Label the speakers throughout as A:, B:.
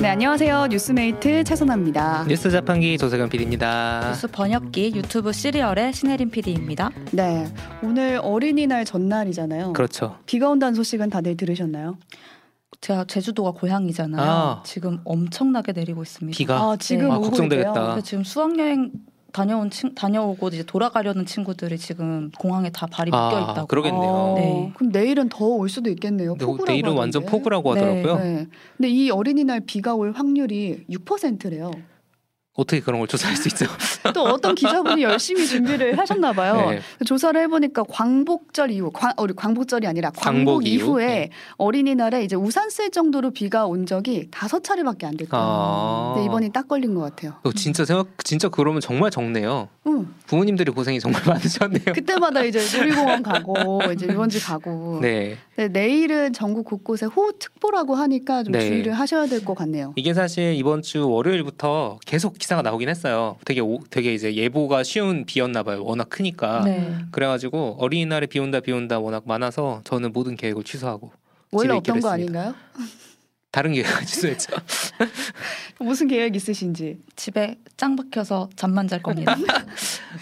A: 네, 안녕하세요. 뉴스메이트 최선아입니다.
B: 뉴스 자판기 조세건 PD입니다.
C: 뉴스 번역기 유튜브 시리얼의 신혜림 PD입니다.
A: 네, 오늘 어린이날 전날이잖아요.
B: 그렇죠.
A: 비가 온다는 소식은 다들 들으셨나요?
C: 제가 제주도가 고향이잖아요.
B: 아.
C: 지금 엄청나게 내리고 있습니다.
B: 비가
A: 아, 지금
C: 네.
B: 아,
A: 오고
B: 걱정되겠다.
C: 근데 지금 수학여행 다녀온 친, 다녀오고 이제 돌아가려는 친구들이 지금 공항에 다 발이
B: 아,
C: 묶여 있다고.
A: 있대요.
B: 그러겠네요.
A: 네, 어,
C: 네.
A: 그럼 내일은 더 올 수도 있겠네요.
B: 근데
A: 폭우라고
B: 내일은 완전
A: 하던데.
B: 폭우라고
C: 네,
B: 하더라고요.
A: 네. 근데 이 어린이날 비가 올 확률이 6%래요.
B: 어떻게 그런 걸 조사할 수 있죠?
A: 또 어떤 기자분이 열심히 준비를 하셨나 봐요.
B: 네.
A: 조사를 해보니까 광복절 이후, 광, 어, 우리 광복절이 아니라 광복,
B: 광복 이후?
A: 이후에
B: 네.
A: 어린이날에 이제 우산 쓸 정도로 비가 온 적이 다섯 차례밖에 안 됐다.
B: 아.
A: 근데 이번이 딱 걸린 것 같아요.
B: 어, 진짜 생각 진짜 그러면 정말 적네요.
A: 응.
B: 부모님들이 고생이 정말 많으셨네요.
A: 그때마다 이제 놀이공원 가고 이제 유원지 가고.
B: 네.
A: 근데 내일은 전국 곳곳에 호우특보라고 하니까 좀
B: 네.
A: 주의를 하셔야 될 것 같네요.
B: 이게 사실 이번 주 월요일부터 계속 기사가 나오긴 했어요. 되게 오- 되게 이제 예보가 쉬운 비였나 봐요. 워낙 크니까.
C: 네.
B: 그래가지고 어린이날에 비 온다 비 온다 워낙 많아서 저는 모든 계획을 취소하고
A: 원래
B: 집에
A: 없던
B: 있기로
A: 거
B: 했습니다.
A: 아닌가요?
B: 다른 계획을 취소했죠.
A: 무슨 계획 있으신지.
C: 집에 짱 박혀서 잠만 잘 겁니다.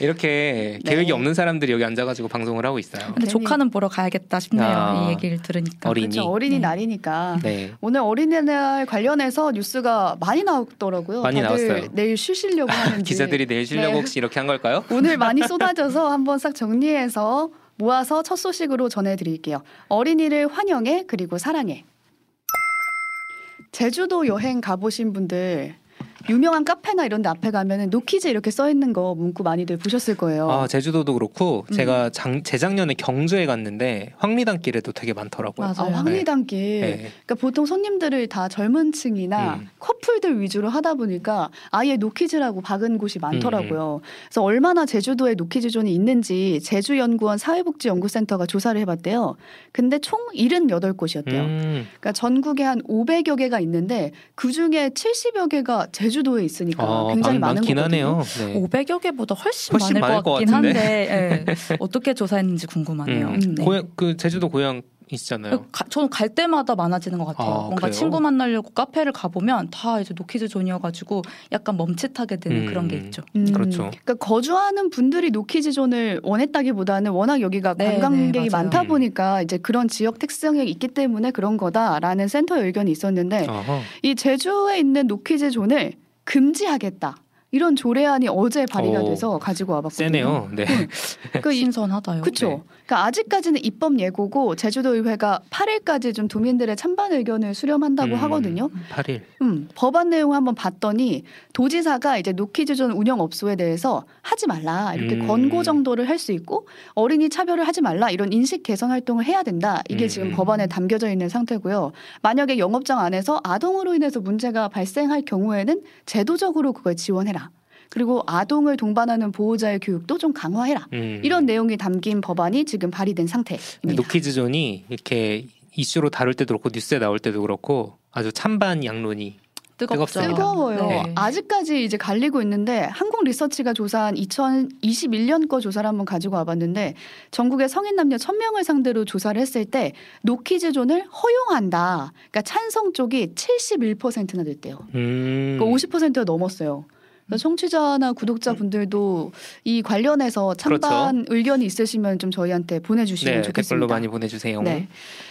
B: 이렇게
A: 네.
B: 계획이 없는 사람들이 여기 앉아가지고 방송을 하고 있어요.
C: 근데
A: 괜히-
C: 조카는 보러 가야겠다 싶네요.
B: 아.
C: 이 얘기를 들으니까.
B: 어린이.
A: 그렇죠. 어린이날이니까.
B: 네.
A: 오늘 어린이날 관련해서 뉴스가 많이 나왔더라고요.
B: 많이
A: 다들
B: 나왔어요.
A: 내일 쉬시려고 하는지.
B: 기자들이 내일 쉬려고
A: 네.
B: 혹시 이렇게 한 걸까요?
A: 오늘 많이 쏟아져서 한번 싹 정리해서 모아서 첫 소식으로 전해드릴게요. 어린이를 환영해 그리고 사랑해. 제주도 여행 가보신 분들 유명한 카페나 이런 데 앞에 가면은 노키즈 이렇게 써 있는 거 문구 많이들 보셨을 거예요.
B: 아 제주도도 그렇고
A: 어. 음.
B: 제가 장- 재작년에 경주에 갔는데 황리단길에도 되게 많더라고요.
C: 맞아.
A: 아,
C: 맞아요.
A: 황리단길.
B: 네.
A: 그러니까 보통 손님들을 다 젊은 층이나
B: 음.
A: 커플들 위주로 하다 보니까 아예 노키즈라고 박은 곳이
B: 음,
A: 많더라고요. 그래서 얼마나 제주도에 노키즈존이 있는지 제주연구원 사회복지연구센터가 조사를 해봤대요. 근데 총 78곳이었대요.
B: 음.
A: 그러니까 전국에 한 500여 개가 있는데 그 중에 70여 개가 제주도에 있으니까
B: 아,
A: 굉장히
B: 많-
A: 많은
B: 많긴
A: 거거든요.
B: 하네요. 네.
C: 500여 개보다 훨씬,
B: 훨씬
C: 많을
B: 많을
C: 것
B: 것
C: 같긴
B: 같은데.
C: 한데 예. 어떻게 조사했는지 궁금하네요.
B: 음.
C: 네.
B: 고향 그 제주도
A: 어,
B: 고향이시잖아요.
C: 어, 가- 저는 갈 때마다 많아지는 것 같아요.
B: 아,
C: 뭔가
B: 그래요?
C: 친구 만나려고 카페를 가보면 다 이제 노키즈 존이어가지고 약간 멈칫하게 되는
B: 음.
C: 그런 게 있죠.
A: 음,
B: 그렇죠.
A: 그러니까 거주하는 분들이 노키즈존을 원했다기보다는 워낙 여기가
C: 네,
A: 관광객이
C: 네, 맞아요.
B: 음.
A: 많다 보니까 이제 그런 지역 특성이 있기 때문에 그런 거다라는 센터의 의견이 있었는데
B: 어허.
A: 이 제주에 있는 노키즈존을 금지하겠다. 이런 조례안이 어제 발의가
B: 오,
A: 돼서 가지고 와봤거든요.
B: 세네요. 네.
A: 그 이-
C: 신선하다요.
A: 그쵸.
B: 네.
A: 그러니까 아직까지는 입법 예고고 제주도의회가 8일까지 좀 도민들의 찬반 의견을 수렴한다고
B: 음.
A: 하거든요.
B: 8일.
A: 음, 법안 내용을 한번 봤더니 도지사가 이제 노키즈존 운영 업소에 대해서 하지 말라 이렇게
B: 음.
A: 권고 정도를 할 수 있고 어린이 차별을 하지 말라 이런 인식 개선 활동을 해야 된다 이게 지금
B: 음.
A: 법안에 담겨져 있는 상태고요. 만약에 영업장 안에서 아동으로 인해서 문제가 발생할 경우에는 제도적으로 그걸 지원해라. 그리고 아동을 동반하는 보호자의 교육도 좀 강화해라.
B: 음.
A: 이런 내용이 담긴 법안이 지금 발의된
B: 근데
A: 상태입니다.
B: 노키즈존이 이렇게 이슈로 다룰 때도 그렇고 뉴스에 나올 때도 그렇고 아주 찬반 양론이
C: 뜨겁죠.
B: 뜨겁습니다.
A: 뜨거워요.
B: 네.
A: 아직까지 이제 갈리고 있는데 한국 리서치가 조사한 2021년 거 조사를 한번 가지고 와봤는데 전국의 성인 남녀 1000명을 상대로 조사를 했을 때 노키즈존을 허용한다. 그러니까 찬성 쪽이 71%나 됐대요.
B: 음.
A: 그러니까 50%가 넘었어요. 그러니까 청취자나 구독자분들도 이 관련해서 찬반 의견이 있으시면 좀 저희한테 보내주시면
B: 그렇죠. 네,
A: 좋겠습니다.
B: 댓글로 많이 보내주세요.
A: 네.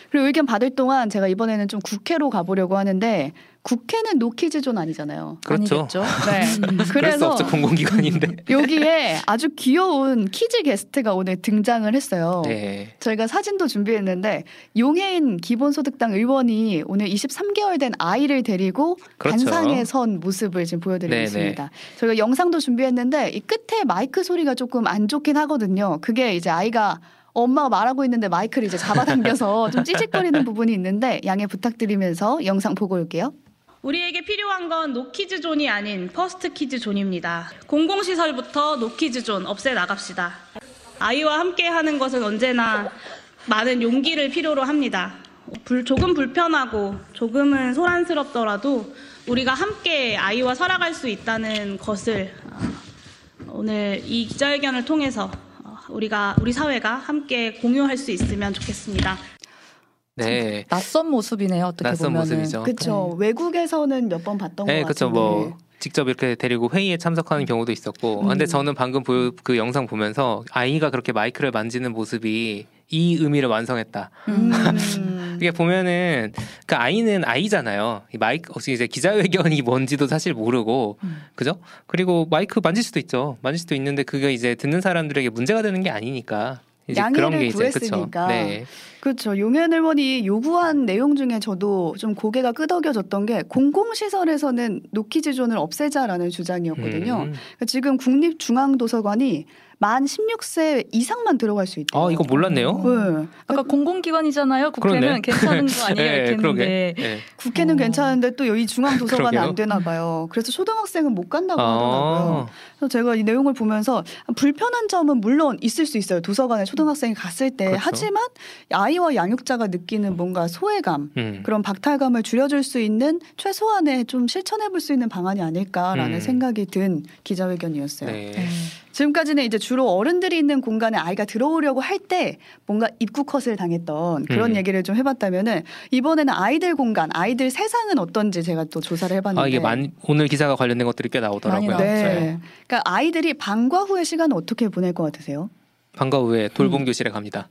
A: 그리고 의견 받을 동안 제가 이번에는 좀 국회로 가보려고 하는데 국회는 노키즈존 아니잖아요.
B: 그렇죠.
C: 아니겠죠.
A: 네.
B: 그럴 수
A: 그래서 음,
B: 없죠 공공기관인데.
A: 여기에 아주 귀여운 키즈 게스트가 오늘 등장을 했어요.
B: 네.
A: 저희가 사진도 준비했는데 용해인 기본소득당 의원이 오늘 23개월 된 아이를 데리고
B: 그렇죠.
A: 단상에 선 모습을 지금 보여드리고
B: 네네.
A: 있습니다. 저희가 영상도 준비했는데 이 끝에 마이크 소리가 조금 안 좋긴 하거든요. 그게 이제 아이가 엄마가 말하고 있는데 마이크를 이제 잡아당겨서 좀 찌직거리는 부분이 있는데 양해 부탁드리면서 영상 보고 올게요.
D: 우리에게 필요한 건 노키즈 존이 아닌 퍼스트 키즈 존입니다. 공공시설부터 노키즈 존 없애 나갑시다. 아이와 함께 하는 것은 언제나 많은 용기를 필요로 합니다. 불- 조금 불편하고 조금은 소란스럽더라도 우리가 함께 아이와 살아갈 수 있다는 것을 어, 오늘 이 기자회견을 통해서 어, 우리가 우리 사회가 함께 공유할 수 있으면 좋겠습니다.
B: 네.
C: 낯선 모습이네요. 어떻게
B: 낯선
C: 보면은.
B: 모습이죠.
A: 그렇죠. 외국에서는 몇 번 봤던
B: 네,
A: 것
B: 그렇죠.
A: 같은데.
B: 뭐 직접 이렇게 데리고 회의에 참석하는 경우도 있었고.
A: 음.
B: 근데 저는 방금 보여 그 영상 보면서 아이가 그렇게 마이크를 만지는 모습이 이 의미를 완성했다.
C: 음.
B: 이게 보면은 그 아이는 아이잖아요. 이 마이크 혹시 이제 기자회견이 뭔지도 사실 모르고
C: 음.
B: 그죠? 그리고 마이크 만질 수도 있죠. 만질 수도 있는데 그게 이제 듣는 사람들에게 문제가 되는 게 아니니까. 이제 그런 게
A: 양해를
B: 이제 그쵸.
A: 구했으니까.
B: 네.
A: 그렇죠. 용현 의원이 요구한 내용 중에 저도 좀 고개가 끄덕여졌던 게 공공시설에서는 노키즈존을 없애자라는 주장이었거든요.
B: 음.
A: 그러니까 지금 국립중앙도서관이 만 16세 이상만 들어갈 수 있대요.
B: 아 이거 몰랐네요.
A: 네.
C: 아까 공공기관이잖아요. 국회는
B: 그러네.
C: 괜찮은 거 아니에요?
B: 예,
C: 이렇게
B: 그러게.
A: 네.
C: 했는데
B: 예.
A: 국회는
C: 어.
A: 괜찮은데 또 여기 중앙도서관은
B: 그러게요.
A: 안 되나 봐요. 그래서 초등학생은 못 간다고 뭐 하더라고요.
B: 아,
A: 그래서 제가 이 내용을 보면서 불편한 점은 물론 있을 수 있어요. 도서관에 초등학생이 갔을 때
B: 그렇죠.
A: 하지만 아이와 양육자가 느끼는 뭔가 소외감
B: 음.
A: 그런 박탈감을 줄여줄 수 있는 최소한의 좀 실천해볼 수 있는 방안이 아닐까라는
B: 음.
A: 생각이 든 기자회견이었어요.
B: 네.
A: 지금까지는 이제 주로 어른들이 있는 공간에 아이가 들어오려고 할 때 뭔가 입구 컷을 당했던 그런
B: 음.
A: 얘기를 좀 해봤다면은 이번에는 아이들 공간, 아이들 세상은 어떤지 제가 또 조사를 해봤는데.
B: 아 이게 만, 오늘 기사가 관련된 것들이 꽤 나오더라고요.
C: 많이 나왔죠.
B: 네.
A: 네. 그러니까 아이들이 방과 후의 시간을 어떻게 보낼 것 같으세요?
B: 방과
A: 음.
B: 후에 돌봄 교실에 갑니다.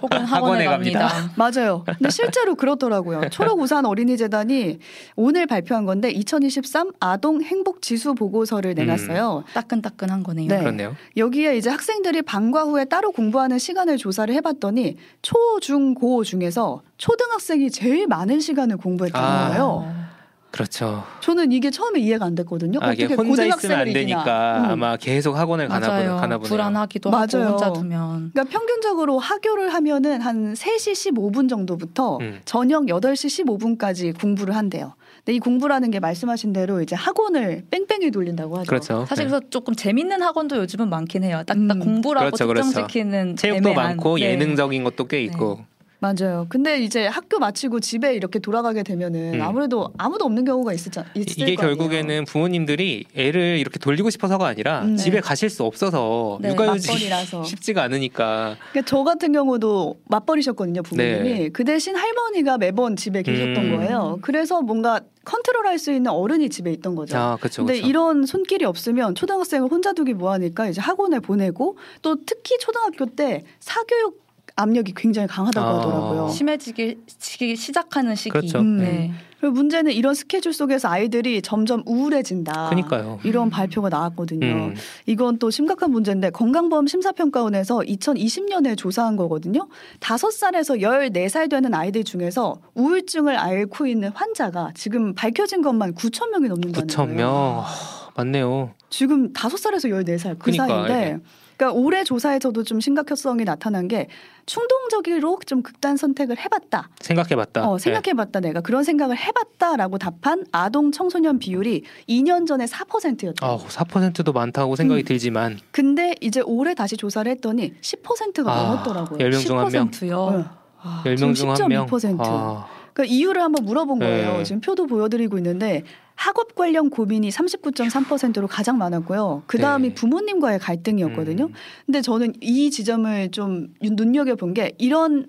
C: 혹은
B: 학원에
C: 학원에
B: 갑니다.
C: 갑니다.
A: 맞아요. 근데 실제로 그렇더라고요. 초록우산 어린이재단이 오늘 발표한 건데 2023 아동 행복 지수 보고서를 내놨어요.
B: 음.
C: 따끈따끈한 거네요.
A: 네.
B: 그렇네요.
A: 여기에 이제 학생들이 방과 후에 따로 공부하는 시간을 조사를 해봤더니 초, 중, 고 중에서 초등학생이 제일 많은 시간을 공부했다는
B: 아.
C: 어.
A: 거예요.
B: 그렇죠.
A: 저는 이게 처음에 이해가 안 됐거든요.
B: 아, 이게
A: 어떻게
B: 혼자 있으면
A: 고등학생을
B: 안 되니까
A: 이기나. 음.
B: 아마 계속 학원을 가나 보네.
C: 맞아요.
B: 가나 보네요.
C: 불안하기도
A: 맞아요.
C: 하고 혼자 두면
A: 그러니까 평균적으로 학교를 하면은 한 3시 15분 정도부터
B: 음.
A: 저녁 8시 15분까지 공부를 한대요. 근데 이 공부라는 게 말씀하신 대로 이제 학원을 뺑뺑이 돌린다고 하죠.
B: 그렇죠.
C: 사실
B: 네.
C: 그래서 조금 재밌는 학원도 요즘은 많긴 해요. 딱딱
A: 음.
C: 공부라고
B: 그렇죠, 그렇죠.
C: 특정시키는
B: 체육도
C: 애매한,
B: 많고
C: 네.
B: 예능적인 것도 꽤 있고.
A: 맞아요. 근데 이제 학교 마치고 집에 이렇게 돌아가게 되면은
B: 음.
A: 아무래도 아무도 없는 경우가 있을, 있을
B: 이게
A: 거 아니에요.
B: 결국에는 부모님들이 애를 이렇게 돌리고 싶어서가 아니라
A: 음, 네.
B: 집에 가실 수 없어서
C: 네,
B: 육아휴직
A: 맞벌이라서.
B: 쉽지가 않으니까
A: 그러니까 저 같은 경우도 맞벌이셨거든요 부모님이
B: 네.
A: 그 대신 할머니가 매번 집에 계셨던
B: 음.
A: 거예요 그래서 뭔가 컨트롤할 수 있는 어른이 집에 있던 거죠
B: 아 그렇죠
A: 근데
B: 그렇죠
A: 이런 손길이 없으면 초등학생을 혼자 두기 뭐하니까 이제 학원에 보내고 또 특히 초등학교 때 사교육 압력이 굉장히 강하다고
B: 아.
A: 하더라고요
C: 심해지기 지기 시작하는 시기.
B: 그렇죠.
A: 음.
C: 네.
A: 그리고 문제는 이런 스케줄 속에서 아이들이 점점 우울해진다
B: 그니까요
A: 이런 발표가 나왔거든요.
B: 음.
A: 이건 또 심각한 문제인데 건강보험 심사평가원에서 2020년에 조사한 거거든요. 5살에서 14살 되는 아이들 중에서 우울증을 앓고 있는 환자가 지금 밝혀진 것만 9천 명이 넘는다는
B: 9천 명
A: 거예요.
B: 하, 그렇죠. 아, 맞네요
A: 지금 5살에서 14살 그
B: 그러니까,
A: 사이인데
B: 예.
A: 그러니까 올해 조사에서도 좀 심각성이 나타난 게 충동적으로 좀 극단 선택을 해봤다.
B: 생각해봤다
A: 어,
B: 네.
A: 생각해봤다 내가 그런 생각을 해봤다라고 답한 아동 청소년 비율이 2년 전에 4%였다.
B: 아우 4%도
A: 음.
B: 많다고 생각이 들지만
A: 근데 이제 올해 다시 조사를 했더니 10%가
B: 아,
A: 넘었더라고요.
B: 10명 중 1명
C: 10%요.
A: 어.
C: 와,
B: 10명 중 1명 아.
A: 10.2%. 그 이유를 한번 물어본 거예요.
B: 네.
A: 지금 표도 보여드리고 있는데 학업 관련 고민이 39.3%로 가장 많았고요. 그 다음이
B: 네.
A: 부모님과의 갈등이었거든요.
B: 아,
A: 근데 저는 이 지점을 좀 눈여겨 본 게 이런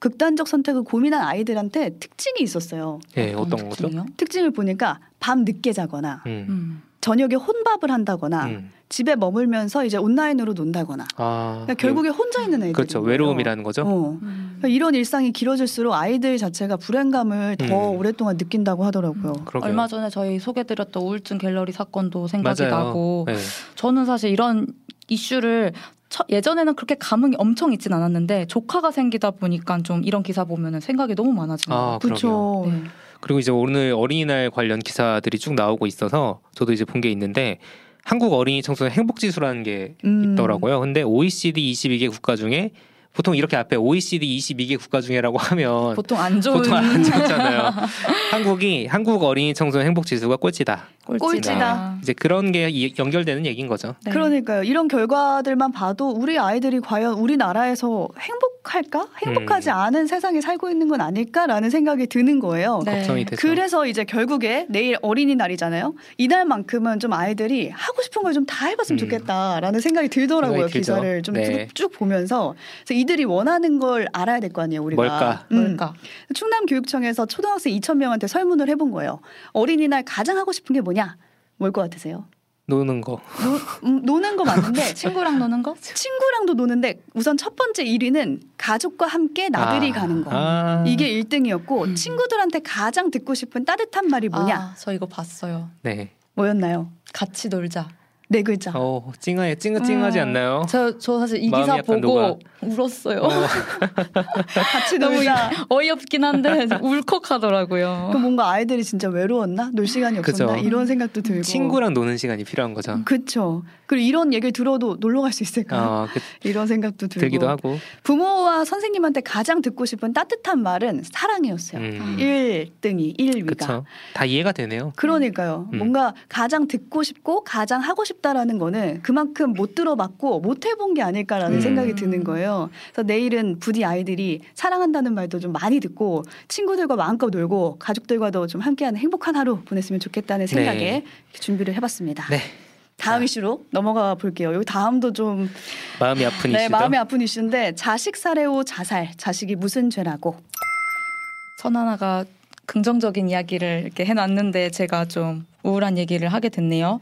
A: 극단적 선택을 고민한 아이들한테 특징이 있었어요.
B: 예 어떤 거죠
C: 특징이요?
A: 특징을 보니까 밤 늦게 자거나
B: 음.
C: 음.
A: 저녁에 혼밥을 한다거나
B: 음.
A: 집에 머물면서 이제 온라인으로 논다거나
B: 아
A: 그러니까 결국에 혼자 있는 애들
B: 그렇죠 외로움이라는 거죠
A: 어.
C: 음.
A: 그러니까 이런 일상이 길어질수록 아이들 자체가 불행감을 더
B: 음.
A: 오랫동안 느낀다고 하더라고요.
B: 그러게요.
C: 얼마 전에 저희 소개드렸던 우울증 갤러리 사건도 생각이
B: 맞아요.
C: 나고
B: 네.
C: 저는 사실 이런 이슈를 처- 예전에는 그렇게 감흥이 엄청 있진 않았는데 조카가 생기다 보니까 좀 이런 기사 보면은 생각이 너무 많아지는 것
B: 아
C: 같아요.
B: 그렇죠
A: 그렇죠.
C: 네.
B: 그리고 이제 오늘 어린이날 관련 기사들이 쭉 나오고 있어서 저도 이제 본 게 있는데 한국 어린이 청소년 행복 지수라는 게
A: 음.
B: 있더라고요. 근데 OECD 22개 국가 중에 보통 이렇게 앞에 OECD 22개 국가 중에라고 하면
C: 보통 안 좋은
B: 어. 보통 안 좋잖아요. 한국이 한국 어린이 청소년 행복 지수가 꼴찌다. 아.
A: 꼴찌다.
B: 이제 그런 게 이- 연결되는 얘기인 거죠.
C: 네.
A: 그러니까요. 이런 결과들만 봐도 우리 아이들이 과연 우리나라에서 행복할까? 행복하지
B: 음.
A: 않은 세상에 살고 있는 건 아닐까라는 생각이 드는 거예요.
C: 네.
B: 걱정이 되죠.
A: 그래서 이제 결국에 내일 어린이날이잖아요. 이날만큼은 좀 아이들이 하고 싶은 걸 좀 다 해봤으면
B: 음.
A: 좋겠다라는 생각이 들더라고요.
B: 생각이 들죠.
A: 기사를 좀 쭉
B: 네.
A: 쭉 보면서 그래서 이 이들이 원하는 걸 알아야 될 거 아니에요 우리가
B: 뭘까?
A: 음.
C: 뭘까?
A: 충남 교육청에서 초등학생 2천 명한테 설문을 해본 거예요 어린이날 가장 하고 싶은 게 뭐냐 뭘 것 같으세요
B: 노는 거.
A: 노, 음, 노는 거 맞는데
C: 친구랑 노는 거?
A: 친구랑도 노는데 우선 첫 번째 1위는 가족과 함께 나들이
B: 아.
A: 가는 거
B: 아.
A: 이게 1등이었고
C: 음.
A: 친구들한테 가장 듣고 싶은 따뜻한 말이 뭐냐
C: 아, 저 이거 봤어요.
B: 네.
A: 뭐였나요
C: 같이 놀자.
A: 네 글자
B: 어 찡하해 찡 찡하지
A: 아.
C: 음.
B: 않나요?
C: 저, 저 사실 이
B: 어? 마음이
C: 기사
B: 약간
C: 보고
B: 녹아.
C: 울었어요.
A: 같이
C: 너무
A: 놀자
C: 어이없긴 한데 울컥하더라고요.
A: 그 뭔가 아이들이 진짜 외로웠나 놀 시간이 없었나
B: 그죠.
A: 이런 생각도 들고
B: 친구랑 노는 시간이 필요한 거죠.
A: 그쵸 그리고 이런 얘기를 들어도 놀러 갈 수 있을까
B: 어, 그,
A: 이런 생각도 들고
B: 들기도 하고.
A: 부모와 선생님한테 가장 듣고 싶은 따뜻한 말은 사랑이었어요
B: 음.
A: 일 1등이 1위가
B: 그렇죠. 다 이해가 되네요.
A: 그러니까요.
B: 음.
A: 뭔가 가장 듣고 싶고 가장 하고 싶다라는 거는 그만큼 못 들어봤고 못 해본 게 아닐까라는
B: 음.
A: 생각이 드는 거예요. 그래서 내일은 부디 아이들이 사랑한다는 말도 좀 많이 듣고 친구들과 마음껏 놀고 가족들과도 좀 함께하는 행복한 하루 보냈으면 좋겠다는 생각에
B: 네.
A: 준비를 해봤습니다.
B: 네.
A: 다음
B: 자.
A: 이슈로 넘어가 볼게요. 여기 다음도 좀
B: 마음이 아픈
A: 네,
B: 이슈죠.
A: 마음이 아픈 이슈인데 자식 살해 후 자살, 자식이 무슨 죄라고.
C: 선하나가 긍정적인 이야기를 이렇게 해놨는데 제가 좀 우울한 얘기를 하게 됐네요.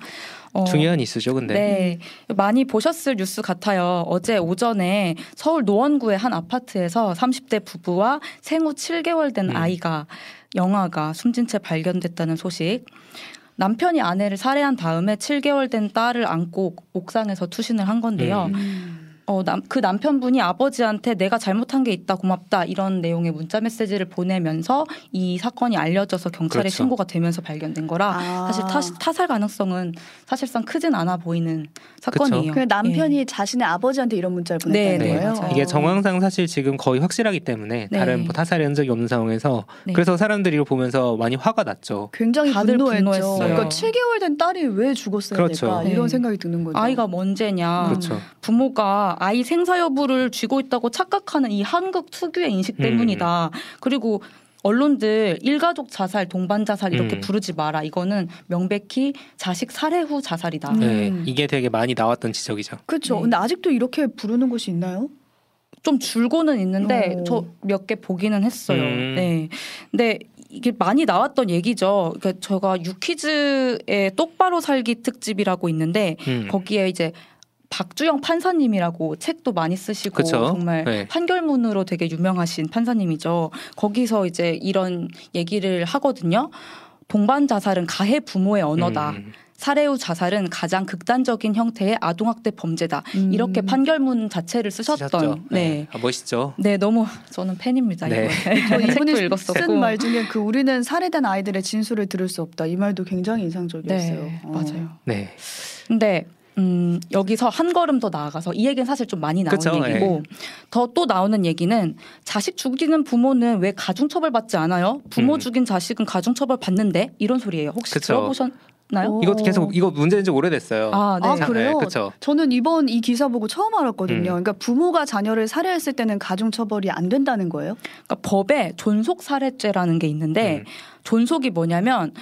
C: 어,
B: 중요한 이슈죠, 근데.
C: 네. 많이 보셨을 뉴스 같아요. 어제 오전에 서울 노원구의 한 아파트에서 30대 부부와 생후 7개월 된
B: 음.
C: 아이가 영아가 숨진 채 발견됐다는 소식. 남편이 아내를 살해한 다음에 7개월 된 딸을 안고 옥상에서 투신을 한 건데요.
B: 네.
C: 어, 남, 그 남편분이 아버지한테 내가 잘못한 게 있다 고맙다 이런 내용의 문자 메시지를 보내면서 이 사건이 알려져서 경찰에
B: 그렇죠.
C: 신고가 되면서 발견된 거라
A: 아.
C: 사실 타, 살 가능성은 사실상 크진 않아 보이는 사건이에요. 예.
A: 그 남편이 자신의 아버지한테 이런 문자를 보냈다는
C: 네, 네,
A: 거예요.
C: 맞아요.
B: 이게 정황상 사실 지금 거의 확실하기 때문에
C: 네.
B: 다른 뭐 타살 흔적이 없는 상황에서
C: 네.
B: 그래서 사람들이 이거 보면서 많이 화가 났죠.
A: 굉장히
C: 다들
A: 분노했죠.
C: 분노했어요.
A: 그러니까 7개월 된 딸이 왜 죽었어야
B: 그렇죠.
A: 될까
C: 네.
A: 이런 생각이 드는 거죠.
C: 아이가 먼제냐
B: 그렇죠.
C: 부모가 아이 생사 여부를 쥐고 있다고 착각하는 이 한국 특유의 인식 때문이다. 그리고 언론들 일가족 자살, 동반 자살 이렇게
B: 음.
C: 부르지 마라. 이거는 명백히 자식 살해 후 자살이다.
A: 음.
B: 네, 이게 되게 많이 나왔던 지적이죠.
A: 그렇죠.
C: 네.
A: 근데 아직도 이렇게 부르는 곳이 있나요?
C: 좀 줄고는 있는데
A: 오.
C: 저 몇 개 보기는 했어요.
B: 음.
C: 네. 근데 이게 많이 나왔던 얘기죠. 그러니까 제가 유퀴즈의 똑바로 살기 특집이라고 있는데
B: 음.
C: 거기에 이제 박주영 판사님이라고 책도 많이 쓰시고
B: 그쵸.
C: 정말
B: 네.
C: 판결문으로 되게 유명하신 판사님이죠. 거기서 이제 이런 얘기를 하거든요. 동반 자살은 가해 부모의 언어다.
B: 음.
C: 살해 후 자살은 가장 극단적인 형태의 아동학대 범죄다. 이렇게
A: 음.
C: 판결문 자체를 쓰셨던
B: 쓰셨죠.
C: 네.
B: 아, 멋있죠.
C: 네, 너무 저는 팬입니다.
B: 네.
A: 저
C: 이거. 책도
A: 이분이
C: 읽었었고.
A: 쓴 말 중에 그 우리는 살해된 아이들의 진술을 들을 수 없다 이 말도 굉장히 인상적이었어요.
C: 네,
A: 어.
C: 맞아요.
B: 네,
C: 근데 음, 여기서 한 걸음 더 나아가서 이 얘기는 사실 좀 많이 나온
B: 그쵸, 예.
C: 얘기고 더 또 나오는 얘기는 자식 죽이는 부모는 왜 가중처벌 받지 않아요? 부모
B: 음.
C: 죽인 자식은 가중처벌 받는데 이런 소리예요. 혹시
B: 그쵸.
C: 들어보셨나요?
A: 오.
B: 이거 계속 이거 문제인지 오래됐어요.
C: 아, 네.
A: 아, 그래요?
B: 그렇죠.
A: 저는 이번 이 기사 보고 처음 알았거든요.
B: 음.
A: 그러니까 부모가 자녀를 살해했을 때는 가중처벌이 안 된다는 거예요?
C: 그러니까 법에 존속 살해죄라는 게 있는데
B: 음.
C: 존속이 뭐냐면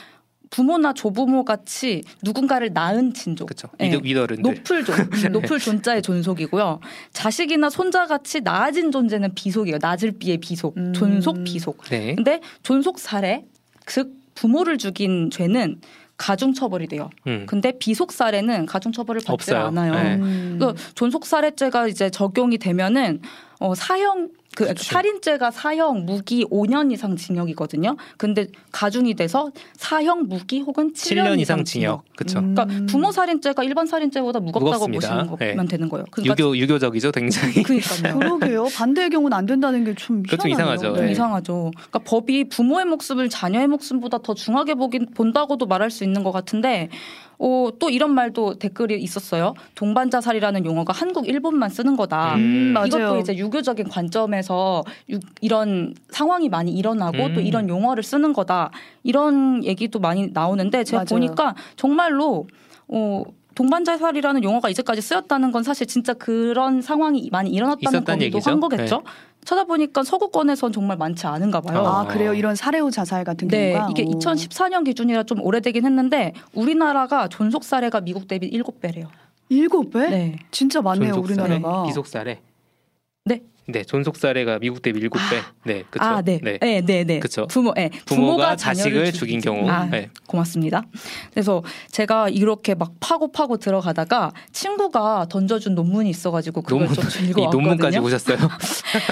C: 부모나 조부모 같이 누군가를 낳은 친족.
B: 그렇죠.
C: 예.
B: 위더, 위더른들.
C: 높을 존, 음, 높을 존자의 존속이고요. 자식이나 손자 같이 낮은 존재는 비속이에요. 낮을 비의 비속,
A: 음.
C: 존속 비속.
B: 네.
C: 근데 존속 살해, 즉 부모를 죽인 죄는 가중 처벌이 돼요.
B: 음.
C: 근데 비속 살해는 가중 처벌을 받지
B: 없어요.
C: 않아요.
B: 네.
A: 음.
C: 그 존속 살해죄가 이제 적용이 되면은 어 사형 그
B: 그치.
C: 살인죄가 사형 무기 5년 이상 징역이거든요. 근데 가중이 돼서 사형 무기 혹은 7년,
B: 7년 이상 징역. 그렇죠.
A: 음.
C: 그러니까 부모 살인죄가 일반 살인죄보다 무겁다고
B: 무겁습니다.
C: 보시는 거면
B: 네.
C: 되는 거예요. 그러니까
B: 유교 유교적이죠, 굉장히.
C: 그러니까요.
A: 그러게요. 반대의 경우는 안 된다는 게 좀
B: 그거 좀 이상하죠.
C: 좀
B: 네.
C: 이상하죠. 그러니까 법이 부모의 목숨을 자녀의 목숨보다 더 중하게 보긴 본다고도 말할 수 있는 것 같은데 어, 또 이런 말도 댓글이 있었어요. 동반자살이라는 용어가 한국 일본만 쓰는 거다.
B: 음,
A: 맞아요.
C: 이것도 이제 유교적인 관점에서 유- 이런 상황이 많이 일어나고
B: 음.
C: 또 이런 용어를 쓰는 거다. 이런 얘기도 많이 나오는데 제가
A: 맞아요.
C: 보니까 정말로 어, 동반자살이라는 용어가 이제까지 쓰였다는 건 사실 진짜 그런 상황이 많이 일어났다는
B: 있었다는
C: 거기도
B: 얘기죠. 네.
C: 한 거겠죠. 찾아보니까 서구권에선 정말 많지 않은가 봐요.
B: 어.
A: 아 그래요. 이런 살해 후 자살 같은
C: 네,
A: 경우가
C: 이게
A: 오.
C: 2014년 기준이라 좀 오래되긴 했는데 우리나라가 존속 사례가 미국 대비 7배래요.
A: 일곱 배?
C: 네.
A: 진짜 많네요
B: 존속살해,
A: 우리나라가.
B: 기속살해.
C: 네.
B: 네, 존속 사례가 미국 대 밀고 때. 네, 그렇죠.
C: 아, 네. 네, 네, 네.
B: 그쵸.
C: 부모, 예.
B: 부모가
C: 부모가
B: 자식을
C: 자녀를
B: 죽인
C: 죽인
B: 경우.
C: 아,
B: 네.
C: 고맙습니다. 그래서 제가 이렇게 막 파고 파고 들어가다가 친구가 던져준 논문이 있어가지고 그걸
B: 논문-
C: 좀
B: 이
C: 읽어왔거든요.
B: 논문까지 뭐. 보셨어요?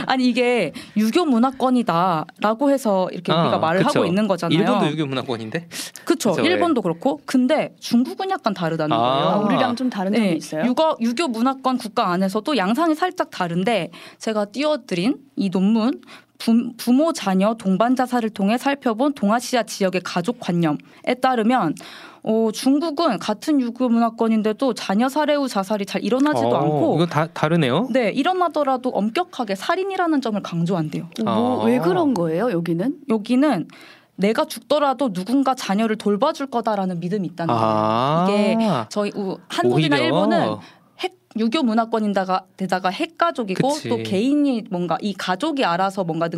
C: 아니 이게 유교 문화권이다라고 해서 이렇게
B: 아,
C: 우리가 말을
B: 그쵸.
C: 하고 있는 거잖아요.
B: 일본도 유교 문화권인데.
C: 그쵸.
B: 그쵸, 예.
C: 일본도 그렇고 근데 중국은 약간 다르다는
B: 아.
A: 아,
C: 거예요.
A: 우리랑 좀 다른 점이 있어요?
C: 유거, 유교 문화권 국가 안에서도 양상이 살짝 다른데 제가 띄워드린 이 논문 부, 부모 자녀 동반 자살을 통해 살펴본 동아시아 지역의 가족 관념에 따르면 어, 중국은 같은 유교 문화권인데도 자녀 살해 후 자살이 잘 일어나지도
B: 어,
C: 않고
B: 이건 다 다르네요.
C: 네 일어나더라도 엄격하게 살인이라는 점을 강조한대요.
A: 뭐, 왜
B: 아.
A: 그런 거예요, 여기는?
C: 여기는 내가 죽더라도 누군가 자녀를 돌봐줄 거다라는 믿음이 있다는 거예요.
B: 아.
C: 이게 저희 우- 한국이나
B: 오히려.
C: 일본은 뭐 핵 유교 문화권인다가 되다가 핵가족이고
B: 그치.
C: 또 개인이 뭔가 이 가족이 알아서 뭔가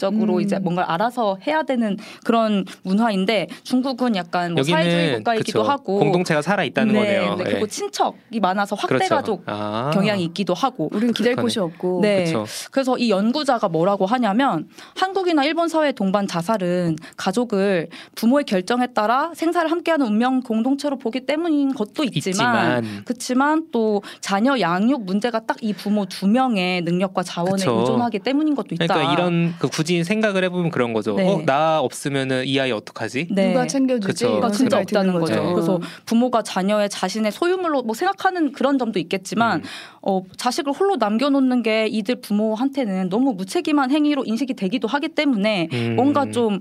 C: 능력적으로
A: 음.
C: 이제 뭔가 알아서 해야 되는 그런 문화인데 중국은 약간 뭐 사회주의 국가이기도
B: 그쵸.
C: 하고
B: 공동체가 살아 있다는
C: 네,
B: 거네요.
C: 네,
B: 예.
C: 그리고 친척이 많아서 확대
B: 그렇죠.
C: 가족
B: 아.
C: 경향이 있기도 하고
A: 우린 기댈
B: 그러네.
A: 곳이 없고.
C: 네.
B: 그렇죠.
C: 그래서 이 연구자가 뭐라고 하냐면 한국이나 일본 사회 동반 자살은 가족을 부모의 결정에 따라 생사를 함께하는 운명 공동체로 보기 때문인 것도 있지만,
B: 있지만
C: 그렇지만 또 자녀 양육 문제가 딱 이 부모 두 명의 능력과 자원에
B: 그쵸.
C: 의존하기 때문인 것도 있다.
B: 그러니까 이런 그 굳이 생각을 해보면 그런 거죠.
C: 네.
B: 어, 나 없으면은 이 아이 어떡하지?
C: 네.
A: 누가 챙겨주지?
B: 그쵸.
A: 이런
C: 그러니까 진짜
A: 생각이 드는
C: 없다는 거죠.
B: 거죠.
C: 그래서 부모가 자녀의 자신의 소유물로 뭐 생각하는 그런 점도 있겠지만
B: 음.
C: 어, 자식을 홀로 남겨놓는 게 이들 부모한테는 너무 무책임한 행위로 인식이 되기도 하기 때문에
B: 음.
C: 뭔가 좀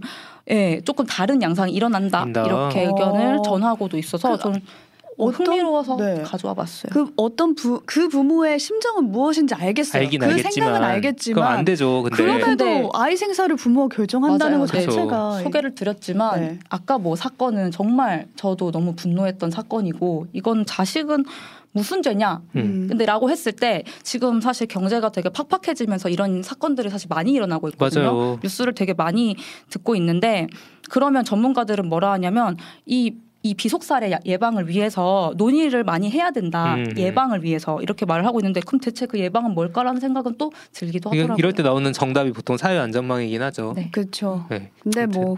C: 예, 조금 다른 양상이 일어난다
B: 된다.
C: 이렇게
A: 어.
C: 의견을 전하고도 있어서
A: 그
C: 좀
A: 어떤-
C: 흥미로워서
A: 네.
C: 가져와 봤어요.
A: 그 어떤 부, 그 부모의 심정은 무엇인지 알겠어요.
B: 알긴
A: 그
B: 알겠지만
A: 생각은
B: 그럼 안
A: 알겠지만
B: 되죠. 근데
A: 그럼에도
C: 근데-
A: 아이 생사를 부모가 결정한다는
C: 맞아요.
A: 것
B: 네.
A: 자체가
C: 소개를 드렸지만
A: 네.
C: 아까 뭐 사건은 정말 저도 너무 분노했던 사건이고 이건 자식은 무슨 죄냐
B: 음.
C: 근데라고 했을 때 지금 사실 경제가 되게 팍팍해지면서 이런 사건들이 사실 많이 일어나고 있거든요.
B: 맞아요.
C: 뉴스를 되게 많이 듣고 있는데 그러면 전문가들은 뭐라 하냐면 이 이 비속사례 야- 예방을 위해서 논의를 많이 해야 된다.
B: 음.
C: 예방을 위해서 이렇게 말을 하고 있는데 그럼 대체 그 예방은 뭘까라는 생각은 또 들기도
B: 이게
C: 하더라고요.
B: 이럴 때 나오는 정답이 보통 사회 안전망이긴 하죠.
C: 네.
A: 그렇죠.
B: 네.
A: 근데 뭐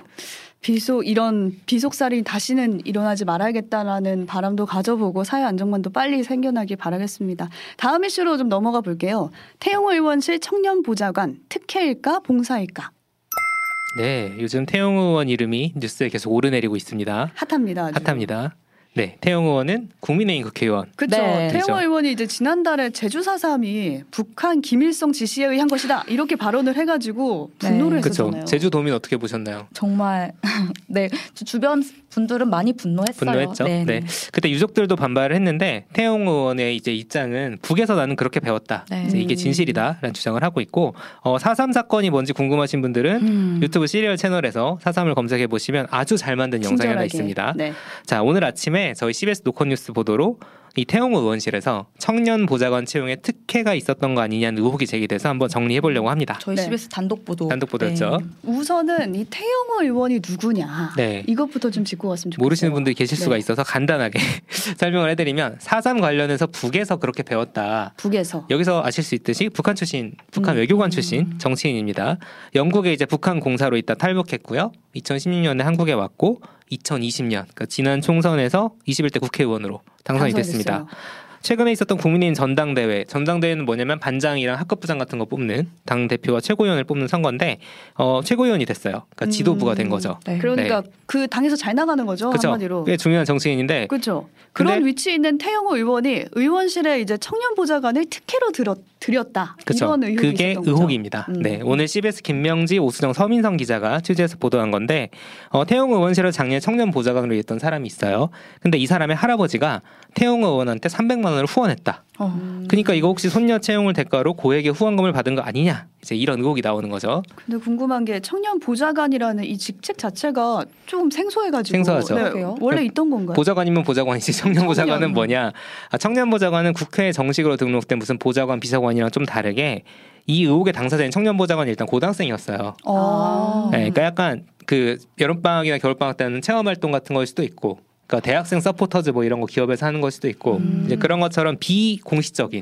A: 비속 이런 비속살이 다시는 일어나지 말아야겠다라는 바람도 가져보고 사회 안정만도 빨리 생겨나길 바라겠습니다. 다음 이슈로 좀 넘어가 볼게요. 태용 의원실 청년 보좌관 특혜일까 봉사일까
B: 네, 요즘 태용 의원 이름이 뉴스에 계속 오르내리고 있습니다.
A: 핫합니다. 아주.
B: 핫합니다. 네, 태용 의원은 국민의힘 국회의원.
A: 그렇죠.
C: 네.
A: 태용
B: 그죠.
A: 의원이 이제 지난달에 제주 4.3이 북한 김일성 지시에 의한 것이다 이렇게 발언을 해가지고 분노를
C: 네.
B: 그렇죠.
A: 했었잖아요.
B: 제주도민 어떻게 보셨나요?
C: 정말 네 주- 주변 분들은 많이 분노했어요.
B: 분노했죠.
C: 네,
B: 네,
C: 네.
B: 그때 유족들도 반발을 했는데 태용 의원의 이제 입장은 북에서 나는 그렇게 배웠다.
C: 네.
B: 이제 이게 진실이다라는 주장을 하고 있고 어, 4.3 사건이 뭔지 궁금하신 분들은
C: 음.
B: 유튜브 시리얼 채널에서 4.3을 검색해 보시면 아주 잘 만든 영상이 하나
A: 친절하게.
B: 있습니다.
A: 네.
B: 자, 오늘 아침에 저희 CBS 노컷뉴스 보도로 이 태용 의원실에서 청년 보좌관 채용에 특혜가 있었던 거 아니냐는 의혹이 제기돼서 한번 정리해 보려고 합니다.
C: 저희
A: 네.
C: CBS 단독 보도
B: 단독 보도였죠.
C: 네.
A: 우선은 이 태영호 의원이 누구냐
B: 네.
A: 이것부터 좀 짚고 갔으면 좋겠어요.
B: 모르시는 분들이 계실 수가
A: 네.
B: 있어서 간단하게 설명을 해드리면 4.3 관련해서 북에서 그렇게 배웠다.
A: 북에서
B: 여기서 아실 수 있듯이 북한 출신, 북한
A: 음.
B: 외교관 출신 정치인입니다. 영국에 이제 북한 공사로 있다 탈북했고요. 2016년에 한국에 왔고 2020년, 그러니까 지난 총선에서 21대 국회의원으로 당선이 됐습니다.
A: 당선됐어요.
B: 최근에 있었던 국민의힘 전당대회. 전당대회는 뭐냐면 반장이랑 학급부장 같은 거 뽑는 당 대표와 최고위원을 뽑는 선거인데 어, 최고위원이 됐어요. 그러니까
A: 음.
B: 지도부가 된 거죠.
C: 네.
A: 그러니까 그 당에서 잘 나가는 거죠
B: 그렇죠.
A: 한마디로.
B: 꽤 중요한 정치인인데
A: 그렇죠. 그런
B: 근데-
A: 위치에 있는 태영호 의원이 의원실에 이제 청년 보좌관을 특혜로 들었, 들였다.
B: 그렇죠.
A: 이런 의혹이
B: 그게
A: 있었던 거죠.
B: 의혹입니다.
A: 음.
B: 네, 오늘 CBS 김명지, 오수정, 서민성 기자가 취재해서 보도한 건데 어, 태용 의원실을 작년 청년 보좌관으로 했던 사람이 있어요. 근데 이 사람의 할아버지가 태용 의원한테 300만 원을 후원했다.
C: 어.
B: 그러니까 이거 혹시 손녀 채용을 대가로 고액의 후원금을 받은 거 아니냐? 이제 이런 의혹이 나오는 거죠.
A: 근데 궁금한 게 청년 보좌관이라는 이 직책 자체가 조금 생소해가지고 네,
B: 생소하죠.
C: 그러게요.
A: 원래 있던 건가요?
B: 보좌관이면 보좌관이지 청년 보좌관은 뭐냐? 아, 청년 보좌관은 국회에 정식으로 등록된 무슨 보좌관 비서관이랑 좀 다르게 이 의혹의 당사자인 청년 보좌관이 일단 고등학생이었어요.
A: 아.
B: 네, 그러니까 약간 그 여름 방학이나 겨울 방학 때는 체험 활동 같은 걸 수도 있고. 그러니까 대학생 서포터즈 뭐 이런 거 기업에서 하는 걸 수도 있고 이제 그런 것처럼 비공식적인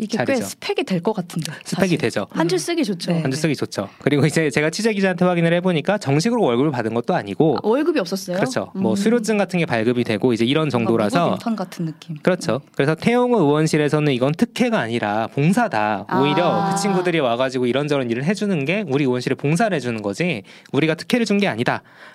C: 이게 꽤
B: 자리죠.
C: 스펙이 될 것 같은데.
B: 스펙이
C: 사실.
B: 되죠.
A: 한 줄 쓰기 좋죠.
C: 네.
B: 한줄 쓰기 좋죠. 그리고 이제 제가 취재 기자한테 확인을 해보니까 정식으로 월급을 받은 것도 아니고
A: 월급이 없었어요.
B: 그렇죠. 뭐
A: 음.
B: 수료증 같은 게 발급이 되고 이제 이런
C: 뭔가
B: 정도라서
C: 그러니까 무급 인턴 같은 느낌.
B: 그렇죠. 그래서 태용호 의원실에서는 이건 특혜가 아니라 봉사다. 오히려
A: 아.
B: 그 친구들이 와가지고 이런저런 일을 해주는 게 우리 의원실에 봉사를 해주는 거지 우리가 특혜를 준 게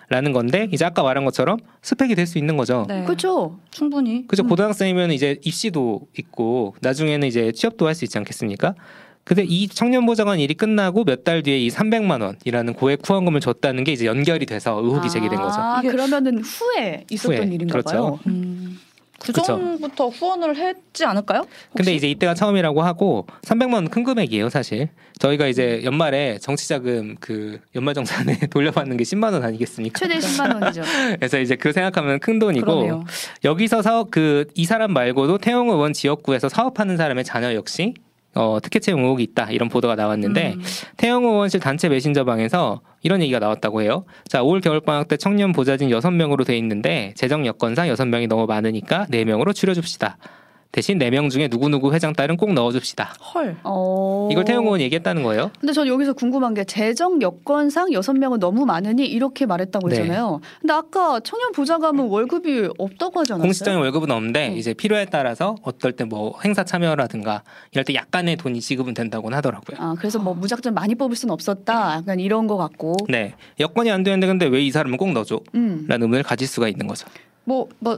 B: 아니다라는 건데 이제 아까 말한 것처럼 스펙이 될 수 있는 거죠.
C: 네.
A: 그렇죠.
C: 충분히.
B: 그죠
C: 음.
B: 고등학생이면 이제 입시도 있고 나중에는 이제 취업도 할 수 있지 않겠습니까? 근데 이 청년보좌관 일이 끝나고 몇 달 뒤에 이 300만 원이라는 고액 후원금을 줬다는 게 이제 연결이 돼서 의혹이 제기된 거죠.
A: 아,
C: 이게-
A: 그러면은 후에 있었던
B: 후에, 그렇죠.
A: 일인가 봐요.
C: 음.
B: 그쵸.
C: 구정부터 후원을 했지 않을까요?
B: 근데
C: 혹시?
B: 이제 이때가 처음이라고 하고 300만 원 큰 금액이에요, 사실. 저희가 이제 연말에 정치자금 그 연말정산에 돌려받는 게 10만 원 아니겠습니까?
A: 최대 10만 원이죠.
B: 그래서 이제 그 생각하면 큰 돈이고
C: 그러네요.
B: 여기서 사업 그 이 사람 말고도 태용 의원 지역구에서 사업하는 사람의 자녀 역시 어, 특혜 채용 의혹이 있다 이런 보도가 나왔는데
C: 음.
B: 태영 의원실 단체 메신저방에서 이런 얘기가 나왔다고 해요. 자, 올 겨울방학 때 청년 보좌진 6명으로 돼 있는데 재정 여건상 6명이 너무 많으니까 4명으로 줄여줍시다. 대신 4명 중에 누구누구 회장 딸은 꼭 넣어줍시다.
C: 헐.
A: 어.
B: 이걸 태영 의원이 얘기했다는 거예요.
A: 근데 전 여기서 궁금한 게 재정 여건상 여섯 명은 너무 많으니 이렇게 말했다고
B: 네.
A: 했잖아요. 근데 아까 청년 보좌관은 월급이 없다고 하지 않았어요?
B: 공식적인 월급은 없는데
A: 음.
B: 이제 필요에 따라서 어떨 때 뭐 행사 참여라든가 이럴 때 약간의 돈이 지급은 된다고는 하더라고요.
A: 아, 그래서 뭐 무작정 많이 뽑을 순 없었다. 약간 이런 거 같고.
B: 네. 여건이 안 되는데 근데 왜 이 사람은 꼭 넣어줘?
A: 음.
B: 라는 의문을 가질 수가 있는 거죠.
C: 뭐, 뭐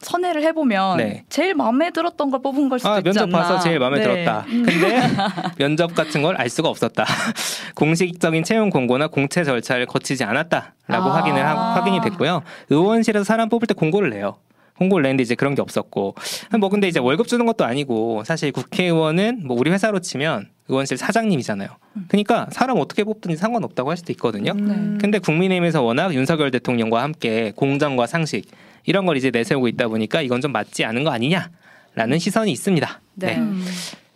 C: 선회를 해보면
B: 네.
C: 제일 마음에 들었던 걸 뽑은 걸 수도
B: 아,
C: 있지 않나.
B: 면접 봐서 제일 마음에
C: 네.
B: 들었다. 근데 면접 같은 걸 알 수가 없었다. 공식적인 채용 공고나 공채 절차를 거치지 않았다라고
A: 아.
B: 확인을 하- 확인이 됐고요. 의원실에서 사람 뽑을 때 공고를 내요. 공고를 내는데 이제 그런 게 없었고 뭐 근데 이제 월급 주는 것도 아니고 사실 국회의원은 뭐 우리 회사로 치면 의원실 사장님이잖아요.
C: 음.
B: 그러니까 사람 어떻게 뽑든지 상관없다고 할 수도 있거든요.
C: 네.
A: 음.
B: 근데 국민의힘에서 워낙 윤석열 대통령과 함께 공정과 상식 이런 걸 이제 내세우고 있다 보니까 이건 좀 맞지 않은 거 아니냐라는 시선이 있습니다.
A: 네.
B: 네.
C: 음.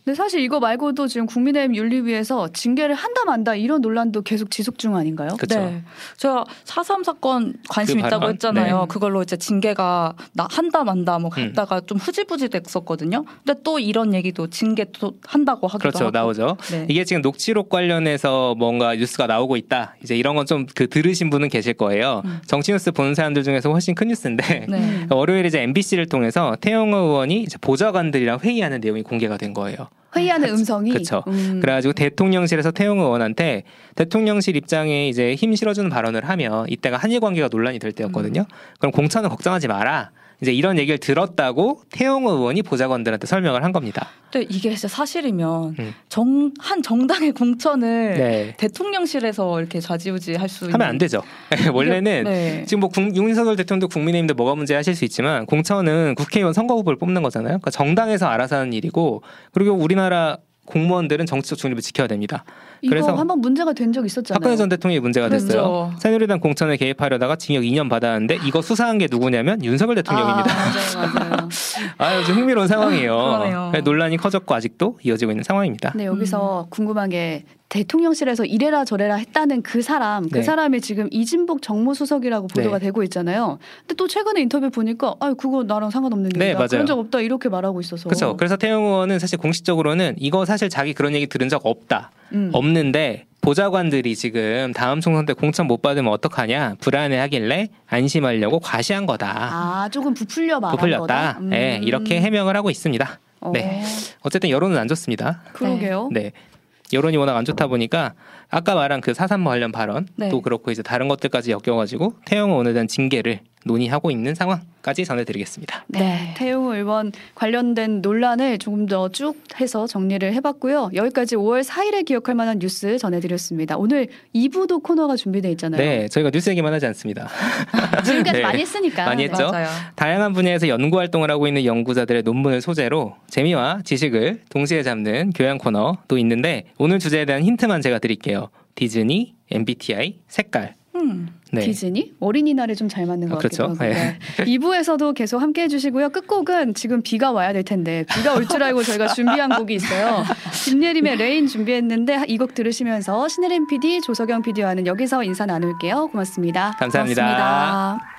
A: 근데 사실 이거 말고도 지금 국민의힘 윤리위에서 징계를 한다 만다 이런 논란도 계속 지속 중 아닌가요?
B: 그렇죠.
C: 네. 제가 4.3 사건 관심
B: 그
C: 있다고
B: 발언?
C: 했잖아요.
A: 네.
C: 그걸로 이제 징계가 나 한다 만다 뭐
B: 음.
C: 갔다가 좀 흐지부지 됐었거든요. 근데 또 이런 얘기도 징계 또 한다고 하기도
B: 그렇죠.
C: 하고.
B: 나오죠.
C: 네.
B: 이게 지금 녹취록 관련해서 뭔가 뉴스가 나오고 있다. 이제 이런 건 좀 그 들으신 분은 계실 거예요. 정치 뉴스 보는 사람들 중에서 훨씬 큰 뉴스인데
C: 음. 네.
A: 음.
B: 월요일 이제 MBC를 통해서 태영호 의원이 이제 보좌관들이랑 회의하는 내용이 공개가 된 거예요.
A: 회의하는 음성이.
B: 그쵸.
A: 음.
B: 그래가지고 대통령실에서 태용 의원한테 대통령실 입장에 이제 힘 실어주는 발언을 하면 이때가 한일 관계가 논란이 될 때였거든요. 그럼 공천은 걱정하지 마라. 이제 이런 얘기를 들었다고 태용 의원이 보좌관들한테 설명을 한 겁니다.
C: 근데 이게 진짜 사실이면
B: 음.
C: 정, 한 정당의 공천을
B: 네.
C: 대통령실에서 이렇게 좌지우지 할 수
B: 하면 안 되죠. 원래는
C: 네.
B: 지금 뭐 국- 윤석열 대통령도 국민의힘도 뭐가 문제 하실 수 있지만 공천은 국회의원 선거 후보를 뽑는 거잖아요. 그러니까 정당에서 알아서 하는 일이고 그리고 우리나라 공무원들은 정치적 중립을 지켜야 됩니다.
A: 이거
B: 그래서
A: 한번 문제가 된 적 있었잖아요.
B: 박근혜 전 대통령이 문제가 됐어요.
C: 그렇죠.
B: 새누리당 공천에 개입하려다가 징역 2년 받았는데 이거 수사한 게 누구냐면 윤석열 대통령입니다.
C: 아, 맞아요, 맞아요.
B: 아, 요즘 흥미로운 상황이에요.
C: 그러네요.
B: 논란이 커졌고 아직도 이어지고 있는 상황입니다.
A: 아, 네, 여기서 궁금한 게 대통령실에서 이래라 저래라 했다는 그 사람, 그
B: 네.
A: 사람이 지금 이진복 정무수석이라고 보도가
B: 네.
A: 되고 있잖아요. 근데 또 최근에 인터뷰 보니까 아, 그거 나랑 상관없는
B: 네,
A: 일이다.
B: 맞아요.
A: 그런 적 없다 이렇게 말하고 있어서.
B: 그렇죠. 그래서 태용 의원은 사실 공식적으로는 이거 사실 자기 그런 얘기 들은 적 없다.
A: 음.
B: 없는데 보좌관들이 지금 다음 총선 때 공천 못 받으면 어떡하냐 불안해하길래 안심하려고 과시한 거다.
A: 아, 조금 부풀려 말한 거다.
B: 부풀렸다.
A: 음.
B: 네, 이렇게 해명을 하고 있습니다.
A: 어,
B: 네. 어쨌든 여론은 안 좋습니다.
A: 그러게요.
B: 네. 여론이 워낙 안 좋다 보니까 아까 말한 그 사산모 관련 발언
C: 네.
B: 또 그렇고 이제 다른 것들까지 엮여가지고 태영호 의원에 대한 징계를 논의하고 있는 상황까지 전해드리겠습니다.
A: 네.
C: 네.
A: 태용 의원 관련된 논란을 조금 더 쭉 해서 정리를 해봤고요. 여기까지 5월 4일에 기억할 만한 뉴스 전해드렸습니다. 오늘 2부도 코너가 준비돼 있잖아요.
B: 네, 저희가 뉴스 얘기만 하지 않습니다.
A: 지금까지
B: 네.
A: 많이 했으니까. 네.
B: 많이 했죠.
C: 맞아요.
B: 다양한 분야에서 연구 활동을 하고 있는 연구자들의 논문을 소재로 재미와 지식을 동시에 잡는 교양 코너도 있는데 오늘 주제에 대한 힌트만 제가 드릴게요. 디즈니, MBTI, 색깔.
C: 음.
B: 네.
A: 디즈니 어린이날에 좀 잘 맞는 것
B: 아,
A: 같기도 하고
B: 그렇죠. 예.
A: 네. 2부에서도 계속 함께해 주시고요. 끝곡은 지금 비가 와야 될 텐데 비가 올 줄 알고 저희가 준비한 곡이 있어요. 김예림의 레인 준비했는데 이 곡 들으시면서 신혜림 PD, 조석영 PD와는 여기서 인사 나눌게요. 고맙습니다.
B: 감사합니다.
C: 고맙습니다.